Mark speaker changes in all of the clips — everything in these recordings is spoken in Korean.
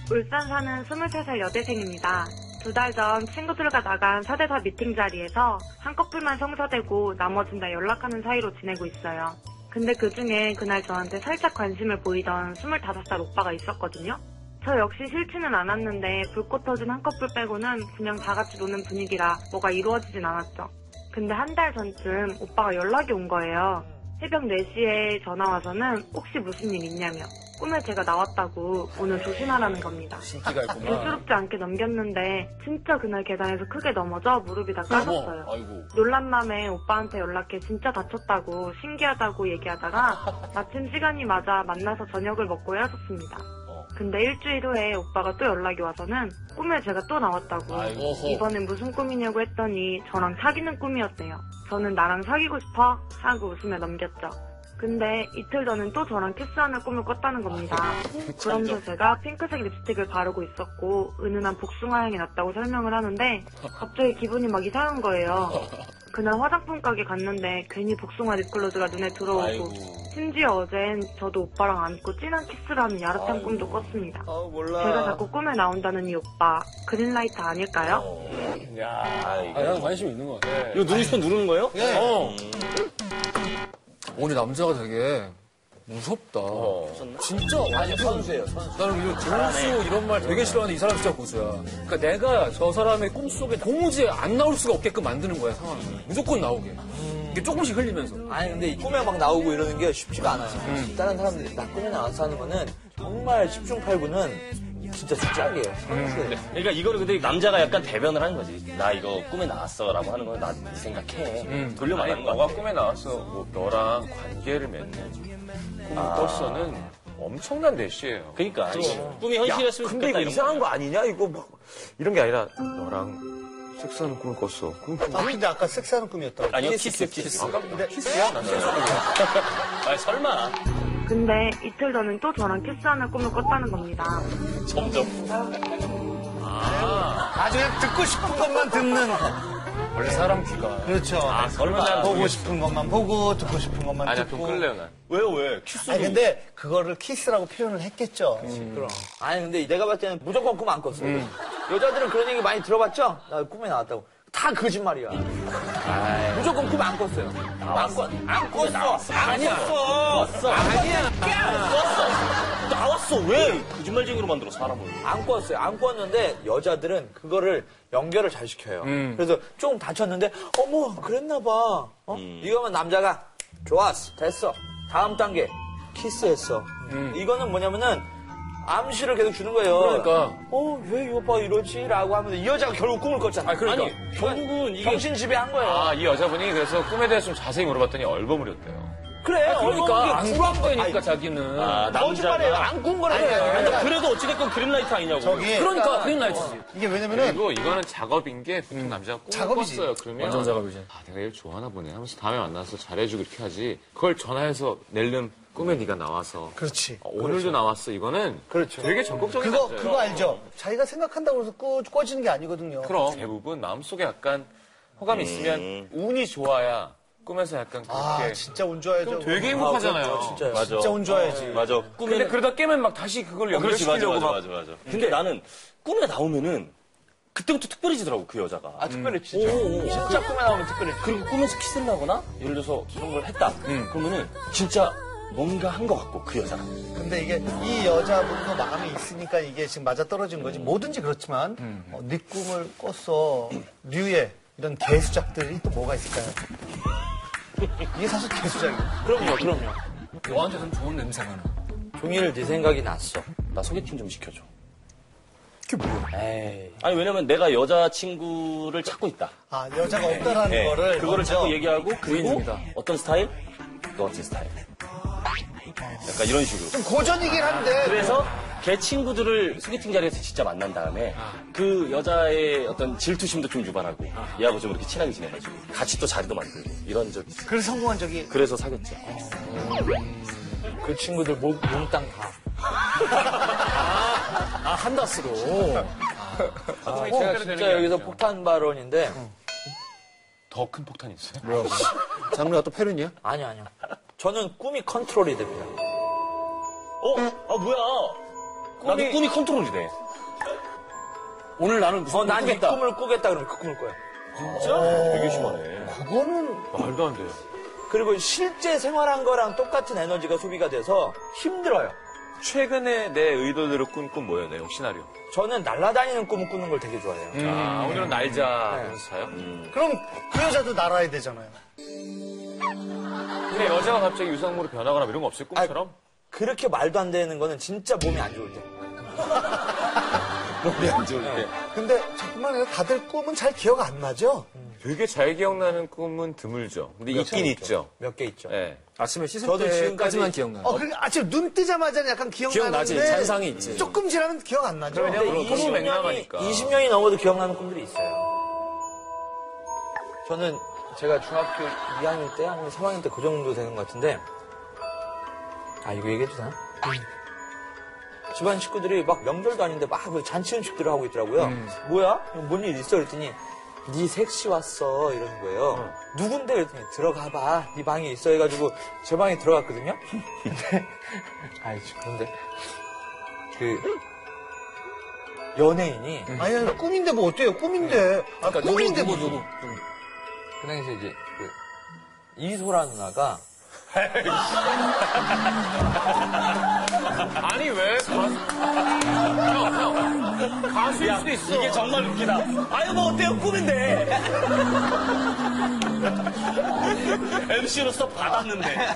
Speaker 1: 울산 사는 23살 여대생입니다. 두 달 전 친구들과 나간 사대사 미팅 자리에서 한 커플만 성사되고 나머진 다 연락하는 사이로 지내고 있어요. 근데 그 중에 그날 저한테 살짝 관심을 보이던 25살 오빠가 있었거든요. 저 역시 싫지는 않았는데 불꽃 터진 한 커플 빼고는 그냥 다 같이 노는 분위기라 뭐가 이루어지진 않았죠. 근데 한 달 전쯤 오빠가 연락이 온 거예요. 새벽 4시에 전화 와서는 혹시 무슨 일 있냐며 꿈에 제가 나왔다고 오늘 조심하라는 겁니다.
Speaker 2: 신기가 있구나.
Speaker 1: 대수롭지 않게 넘겼는데 진짜 그날 계단에서 크게 넘어져 무릎이 다 까졌어요.
Speaker 2: 어머, 아이고.
Speaker 1: 놀란 맘에 오빠한테 연락해 진짜 다쳤다고 신기하다고 얘기하다가 마침 시간이 맞아 만나서 저녁을 먹고 헤어졌습니다.
Speaker 2: 어.
Speaker 1: 근데 일주일 후에 오빠가 또 연락이 와서는 꿈에 제가 또 나왔다고
Speaker 2: 아이고.
Speaker 1: 이번엔 무슨 꿈이냐고 했더니 저랑 사귀는 꿈이었대요. 저는 나랑 사귀고 싶어 하고 웃으며 넘겼죠. 근데 이틀 전엔 또 저랑 키스하는 꿈을 꿨다는 겁니다.
Speaker 2: 아,
Speaker 1: 그러면서 제가 핑크색 립스틱을 바르고 있었고 은은한 복숭아 향이 났다고 설명을 하는데 갑자기 기분이 막 이상한 거예요. 그날 화장품 가게 갔는데 괜히 복숭아 립글로즈가 눈에 들어오고
Speaker 2: 아이고.
Speaker 1: 심지어 어젠 저도 오빠랑 안고 찐한 키스를 하는 야릇한
Speaker 2: 아이고.
Speaker 1: 꿈도 꿨습니다.
Speaker 3: 아 몰라.
Speaker 1: 제가 자꾸 꿈에 나온다는 이 오빠 그린라이트 아닐까요?
Speaker 3: 야,
Speaker 2: 아이고.
Speaker 4: 아, 난 관심 있는 것 같아.
Speaker 3: 이거 누르시면 누르는 거예요?
Speaker 2: 네.
Speaker 3: 어.
Speaker 4: 오늘 남자가 되게 무섭다. 진짜 완전 선수예요. 나는 이거 조수 이런 말 되게 싫어하는데 이 사람 진짜 고수야. 그러니까 내가 저 사람의 꿈 속에 도무지 안 나올 수가 없게끔 만드는 거야 상황을. 무조건 나오게. 이게 조금씩 흘리면서.
Speaker 5: 아니 근데 이 꿈에 막 나오고 이러는 게 쉽지가 않아요. 다른 사람들이 나 꿈에 나와서 하는 거는 정말 10중 8구는 진짜 주작이에요. 네. 선수예요.
Speaker 3: 그러니까 이거를 근데 남자가 약간 대변을 하는 거지. 나 이거 꿈에 나왔어라고 하는 건 나 생각해. 돌려 말하는
Speaker 6: 아니,
Speaker 3: 거.
Speaker 6: 너가 꿈에 나왔어. 뭐, 너랑 관계를 맺는 꿈을 꿨어는 엄청난 대시예요.
Speaker 3: 그러니까 이거 꿈이 현실이었으면 좋겠다.
Speaker 6: 근데
Speaker 3: 이런
Speaker 6: 이상한 거 아니냐? 이거 막, 이런 게 아니라, 너랑 섹스하는 꿈을 꿨어. 그럼 그
Speaker 7: 아, 근데 아까 섹스하는 꿈이었다고.
Speaker 3: 거. 아니요 키스 키스.
Speaker 6: 아까 근데 키스야? 난 섹스 꿈이야.
Speaker 3: 아 설마
Speaker 1: 근데 이틀 전엔 또 저랑 키스하는 꿈을 꿨다는 겁니다.
Speaker 3: 점점.
Speaker 7: 아주 그냥 듣고 싶은 것만 듣는.
Speaker 4: 원래 사람 귀가.
Speaker 7: 그렇죠.
Speaker 3: 아 설마.
Speaker 7: 보고 싶은 것만 보고, 듣고 싶은 것만
Speaker 6: 아니야, 좀
Speaker 7: 듣고.
Speaker 6: 끌려, 난.
Speaker 3: 왜 왜? 키스.
Speaker 7: 아니, 근데 그거를 키스라고 표현을 했겠죠.
Speaker 5: 그럼. 음. 아니 근데 내가 봤을 때는 무조건 꿈 안 꿨어.
Speaker 7: 음.
Speaker 5: 여자들은 그런 얘기 많이 들어봤죠? 나 꿈에 나왔다고. 다 거짓말이야. 무조건 꿈 안 꿨어요. 안 꿨, 안 꿨어. 안 꿨어. 아니야.
Speaker 3: 나왔어. 나왔어 왜? 거짓말쟁이로 만들어 사람을.
Speaker 5: 안 꿨어요. 안 꿨는데 여자들은 그거를 연결을 잘 시켜요.
Speaker 4: 음.
Speaker 5: 그래서 조금 다쳤는데 어머 그랬나 봐. 어?
Speaker 7: 음.
Speaker 5: 이거면 남자가 좋았어 됐어 다음 단계 키스했어. 이거는 뭐냐면은 암시를 계속 주는 거예요.
Speaker 4: 음. 그러니까.
Speaker 5: 어왜 이 오빠 이러지라고 하면 이 여자가 결국 꿈을 꿨잖아.
Speaker 4: 아, 그러니까.
Speaker 5: 아니,
Speaker 3: 결국은 이게
Speaker 5: 정신 지배한 거예요.
Speaker 6: 아, 이 여자분이 그래서 꿈에 대해서 좀 자세히 물어봤더니 얼버무렸대요.
Speaker 5: 그래
Speaker 4: 그러니까
Speaker 5: 얼마나
Speaker 4: 안
Speaker 5: 이게
Speaker 4: 꾼
Speaker 5: 굴한 거야.
Speaker 4: 거니까 자기는.
Speaker 3: 아
Speaker 5: 거짓말이에요.
Speaker 3: 남자가.
Speaker 5: 안 꾼 거래.
Speaker 3: 아니, 그래도 어찌됐건 그린라이트 아니냐고.
Speaker 7: 저기,
Speaker 4: 그러니까 그린라이트지.
Speaker 7: 이게 왜냐면은, 음,
Speaker 6: 그리고 이거는 작업인 게 보통 남자가 꿈을
Speaker 7: 작업이지.
Speaker 6: 꿨어요. 그러면.
Speaker 4: 완전 작업이지.
Speaker 6: 아, 내가 얘를 좋아하나 보네 하면서 다음에 만나서 잘해주고 이렇게 하지. 그걸 전화해서 낼름 꿈에 네가 나와서.
Speaker 7: 그렇지.
Speaker 6: 아, 오늘도 나왔어. 이거는
Speaker 7: 그렇죠.
Speaker 6: 되게 적극적인
Speaker 4: 네.
Speaker 7: 그거,
Speaker 6: 남자예요.
Speaker 7: 그거 알죠? 자기가 생각한다고 해서 꾸, 꺼지는 게 아니거든요.
Speaker 6: 그럼 대부분 마음속에 약간
Speaker 3: 음.
Speaker 6: 호감이 있으면 운이 좋아야 꿈에서 약간
Speaker 7: 아,
Speaker 4: 예.
Speaker 6: 그렇게
Speaker 7: 진짜 운 좋아야죠.
Speaker 6: 되게 행복하잖아요.
Speaker 7: 그렇죠.
Speaker 5: 진짜요.
Speaker 3: 맞아. 어,
Speaker 7: 진짜 운 좋아야지.
Speaker 3: 맞아. 꿈에
Speaker 6: 근데 그러다 깨면 막 다시 그걸
Speaker 3: 어, 그렇지 맞아
Speaker 6: 연결시키려고
Speaker 3: 맞아
Speaker 6: 막
Speaker 3: 맞아 맞아. 근데 나는 꿈에 나오면은 그때부터 특별해지더라고 그 여자가.
Speaker 5: 아 특별해지죠. 진짜 꿈에 나오면 특별해.
Speaker 3: 그리고 꿈에서 키스를 하거나 음. 예를 들어서 그런 걸 했다. 그러면은 진짜 뭔가 한 것 같고 그 여자가.
Speaker 7: 근데 이게 이 여자분도 마음이 있으니까 이게 지금 맞아 떨어진 거지. 뭐든지 그렇지만 어, 네 꿈을 꿨어. 류의 이런 개수작들이 또 뭐가 있을까요? 이게 사실 개수작이에요.
Speaker 5: 그럼요 그럼요.
Speaker 4: 너한테는 좋은 냄새가 나.
Speaker 5: 종일 네 생각이 났어.
Speaker 3: 나 소개팅 좀 시켜줘.
Speaker 4: 그게 뭐야?
Speaker 5: 에이.
Speaker 3: 아니 왜냐면 내가 여자친구를 찾고 있다.
Speaker 7: 아, 여자가 없다라는
Speaker 3: 예.
Speaker 7: 거를.
Speaker 3: 그거를
Speaker 7: 먼저
Speaker 3: 자꾸 얘기하고 그리고
Speaker 4: 중이다.
Speaker 3: 어떤 스타일? 너 같은 스타일. 약간 이런 식으로.
Speaker 7: 좀 고전이긴 한데.
Speaker 3: 그래서 걔 친구들을 소개팅 자리에서 진짜 만난 다음에
Speaker 7: 아.
Speaker 3: 그 여자의 어떤 질투심도 좀 유발하고 얘하고 좀 이렇게 친하게 지내가지고 같이 또 자리도 만들고 이런 적이 있어.
Speaker 7: 그래서 성공한 적이.
Speaker 3: 그래서 사귀었죠.
Speaker 5: 그 친구들 몸, 몸땅 다.
Speaker 4: 아, 한다 쓰고.
Speaker 5: 제가 아, 어, 진짜 여기서 폭탄 발언인데
Speaker 6: 더 큰 폭탄이 있어요.
Speaker 4: 장르가 또 페륜이야?
Speaker 5: 아니요 아니요. 저는 꿈이 컨트롤이 됩니다.
Speaker 7: 예.
Speaker 3: 어? 아 뭐야? 나도 꿈이 컨트롤이 돼.
Speaker 4: 오늘 나는 무슨
Speaker 5: 어난 이
Speaker 4: 꿈꾸겠다.
Speaker 5: 꿈을 꾸겠다 그러면 그 꿈을 꿔요.
Speaker 3: 되게 심하네.
Speaker 6: 말도 안 돼요.
Speaker 5: 그리고 실제 생활한 거랑 똑같은 에너지가 소비가 돼서 힘들어요.
Speaker 6: 최근에 내 의도대로 꾼 꿈 뭐였나요? 시나리오.
Speaker 5: 저는 날아다니는 꿈을 꾸는 걸 되게 좋아해요.
Speaker 6: 아, 오늘은 날자. 그래서 자요?
Speaker 7: 그럼 그 여자도 날아야 되잖아요.
Speaker 6: 근데 여자가 갑자기 유상무로 변하거나 뭐 이런 거 없어요? 꿈처럼?
Speaker 5: 아, 그렇게 말도 안 되는 거는 진짜 몸이 안 좋을 때.
Speaker 3: 머리 안 좋을 때.
Speaker 7: 근데 자꾸만 해도 다들 꿈은 잘 기억 안 나죠?
Speaker 6: 되게 잘 기억나는 꿈은 드물죠. 근데 있긴 있죠.
Speaker 5: 몇 개 있죠.
Speaker 6: 예.
Speaker 4: 아침에 씻을
Speaker 5: 저도
Speaker 4: 네. 때까지만
Speaker 5: 지금까지-
Speaker 4: 기억나.
Speaker 7: 어, 그 아침 눈 뜨자마자는 약간 기억나는데
Speaker 4: 기억나지. 잔상이 있지.
Speaker 7: 조금 지나면 기억 안 나죠?
Speaker 6: 그러면
Speaker 5: 근데
Speaker 6: 그럼 꿈이
Speaker 5: 20년이
Speaker 6: 맹랑하니까.
Speaker 5: 20년이 넘어도 기억나는 꿈들이 있어요. 저는 제가 중학교 2학년 때, 아니면 3학년 때 그 정도 되는 것 같은데, 아, 이거 얘기해도 되나? 집안 식구들이 막 명절도 아닌데 막그 잔치 음식들을 하고 있더라고요. 뭐야? 뭔 일 있어? 그랬더니, 네 색시 왔어. 이러는 거예요. 누군데? 그랬더니, 들어가 봐. 네 방에 있어. 해가지고 제 방에 들어갔거든요. 근데, 아이, 그런데, 그, 연예인이
Speaker 7: 아니, 아니, 꿈인데 뭐 어때요? 꿈인데. 아,
Speaker 4: 그러니까
Speaker 7: 꿈인데
Speaker 4: 누구,
Speaker 7: 뭐.
Speaker 4: 누구,
Speaker 5: 그 당시에 이제 그 이소라 누나가
Speaker 6: 아니, 왜? 가수. 형, 형. 가수일 수도 있어.
Speaker 3: 이게 정말 웃기다.
Speaker 5: 아유 뭐 어때요 꿈인데
Speaker 3: MC로서 받았는데.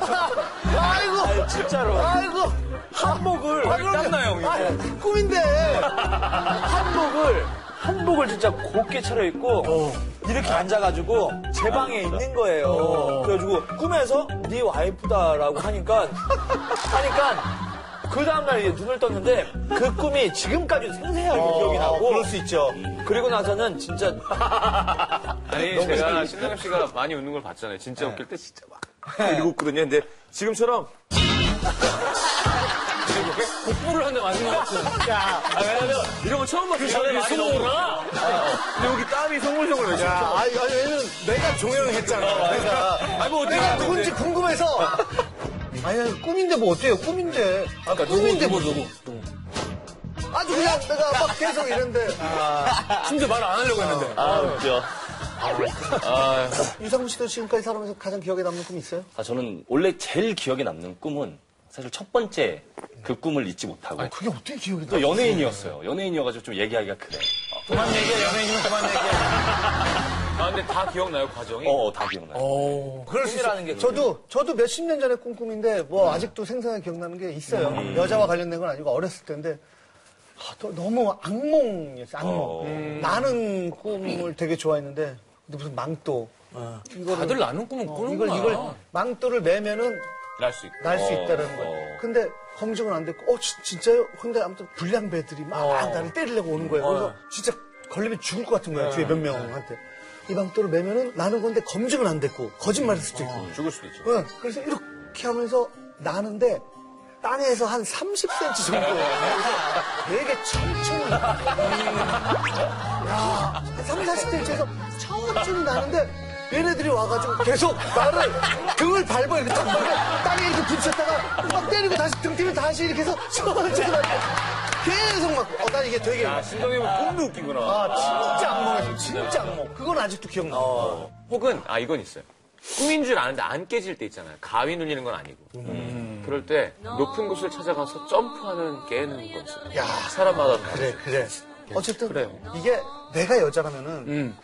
Speaker 7: 아이고!
Speaker 5: 아유 진짜로
Speaker 7: 아이고!
Speaker 5: 한복을
Speaker 7: 아, 그러면-
Speaker 6: 땀나요,
Speaker 7: 아, 꿈인데!
Speaker 5: 한복을 한복을 진짜 곱게 차려입고 이렇게 앉아가지고 어. 제 방에 있는 거예요 그래가지고 꿈에서 네 와이프다라고 하니까 하니까 그 다음날 이제 눈을 떴는데 그 꿈이 지금까지도 생생하게 기억이 나고
Speaker 7: 그럴 수 있죠.
Speaker 5: 그리고 나서는 진짜
Speaker 6: 아니 제가 신동엽 씨가 많이 웃는 걸 봤잖아요.
Speaker 3: 예.
Speaker 6: 진짜 웃길 때 진짜 막 이러고 웃거든요. 근데 지금처럼
Speaker 4: 복부를 한대 맞은 것 같은.
Speaker 6: 아, 왜냐면 이런 거 처음 봤어요.
Speaker 3: 전에 많이
Speaker 6: 송구나. 근데 여기 땀이 송글송글 나죠.
Speaker 7: 아, 아니, 아니, 왜냐면 내가 종영을
Speaker 4: 어,
Speaker 7: 했잖아. 내가.
Speaker 6: 아니 뭐 어떻게
Speaker 7: 내가 누군지 궁금해서. 아니, 아니, 꿈인데 뭐 어때요? 꿈인데. 아,
Speaker 4: 그러니까 누구,
Speaker 7: 꿈인데
Speaker 4: 누구,
Speaker 7: 뭐.
Speaker 4: 누구.
Speaker 7: 아주 그냥 내가 막 계속 이런데.
Speaker 4: 심지어 말 안 하려고 했는데.
Speaker 3: 아, 웃겨.
Speaker 7: 유상무 씨도 지금까지 살아오면서 가장 기억에 남는 꿈 있어요?
Speaker 3: 아, 저는 원래 제일 기억에 남는 꿈은 사실 첫 번째 그 꿈을 잊지 못하고.
Speaker 7: 그게 어떻게 기억이
Speaker 3: 또 연예인이었어요. 연예인이어가지고 좀 얘기하기가 그래.
Speaker 5: 그만 얘기해 연예인이면 그만 얘기해
Speaker 6: 아 근데 다 기억나요 과정이?
Speaker 3: 어, 어, 다 기억나요.
Speaker 4: 어.
Speaker 7: 그럴 수
Speaker 5: 꿈이라는 게
Speaker 7: 있어요. 저도, 저도 몇십 년 전에 꾼 꿈인데, 뭐, 아직도 생생하게 기억나는 게 있어요. 여자와 관련된 건 아니고, 어렸을 때인데, 아, 또 너무 악몽이었어요, 악몽.
Speaker 3: 어.
Speaker 7: 나는 꿈을 되게 좋아했는데, 근데 무슨 망토. 이거를,
Speaker 4: 다들 나는 꿈은
Speaker 7: 어,
Speaker 4: 꾸는
Speaker 7: 이걸,
Speaker 4: 거야.
Speaker 7: 이걸, 망토를 매면은
Speaker 6: 날 수 있고.
Speaker 7: 날 수
Speaker 3: 어,
Speaker 7: 있다는 거예요.
Speaker 3: 어.
Speaker 7: 근데 검증은 안 됐고, 어, 진- 진짜요? 근데 아무튼 불량 배들이 막 나를 때리려고 오는 거예요. 그래서 진짜 걸리면 죽을 것 같은 거야, 뒤에 몇 명한테. 이 망토를 매면은 나는 건데 검증은 안 됐고, 거짓말일 수도 있고.
Speaker 6: 죽을 수도 있죠.
Speaker 7: 응, 그래서 이렇게 하면서 나는데 땅에서 한 30cm 정도 되게 천천히 야, 3, 40cm에서 천천히 나는데 얘네들이 와가지고 계속 나를 등을 밟아 이렇게 딱 밟아. 땅에 이렇게 부딪혔다가 막 때리고 다시 등 뛰면 다시 이렇게 해서 천천히 나 계속 막 어 난 이게 되게
Speaker 6: 아 신동엽은 꿈도 웃기구나.
Speaker 7: 아 진짜 악몽이었어 진짜 악몽 그건 아직도 기억나
Speaker 6: 혹은 아 이건 있어요. 꿈인 줄 아는데 안 깨질 때 있잖아요. 가위 눌리는 건 아니고. 음. 그럴 때 높은 곳을 찾아가서 점프하는 깨는 거 있어요.
Speaker 7: 야.
Speaker 6: 사람마다
Speaker 7: 그래 그래 어쨌든 이게 내가 여자라면은
Speaker 4: 음.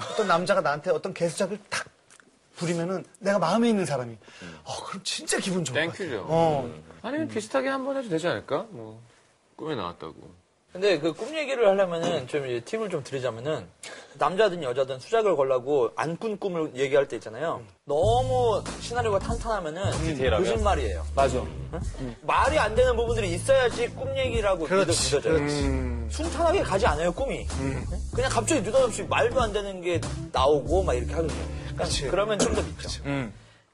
Speaker 7: 어떤 남자가 나한테 어떤 개수작을 탁 부리면은 내가 마음에 있는 사람이 어 그럼 진짜 기분 좋을 것 같아.
Speaker 6: 땡큐죠.
Speaker 7: 어
Speaker 6: 아니면 비슷하게 한 번 해도 되지 않을까? 뭐 꿈에 나왔다고.
Speaker 5: 근데 그 꿈 얘기를 하려면은 좀 이제 팁을 좀 드리자면은 남자든 여자든 수작을 걸라고 안 꾼 꿈을 얘기할 때 있잖아요. 너무 시나리오가 탄탄하면은
Speaker 3: 디테일하면?
Speaker 5: 거짓말이에요.
Speaker 4: 맞아.
Speaker 5: 말이 안 되는 부분들이 있어야지 꿈 얘기라고
Speaker 7: 그렇지,
Speaker 5: 믿어져요. 순탄하게 가지 않아요 꿈이. 그냥 갑자기 느닷없이 말도 안 되는 게 나오고 막 이렇게 하거든요. 그러니까 그러면 좀 더 믿죠.
Speaker 4: 음.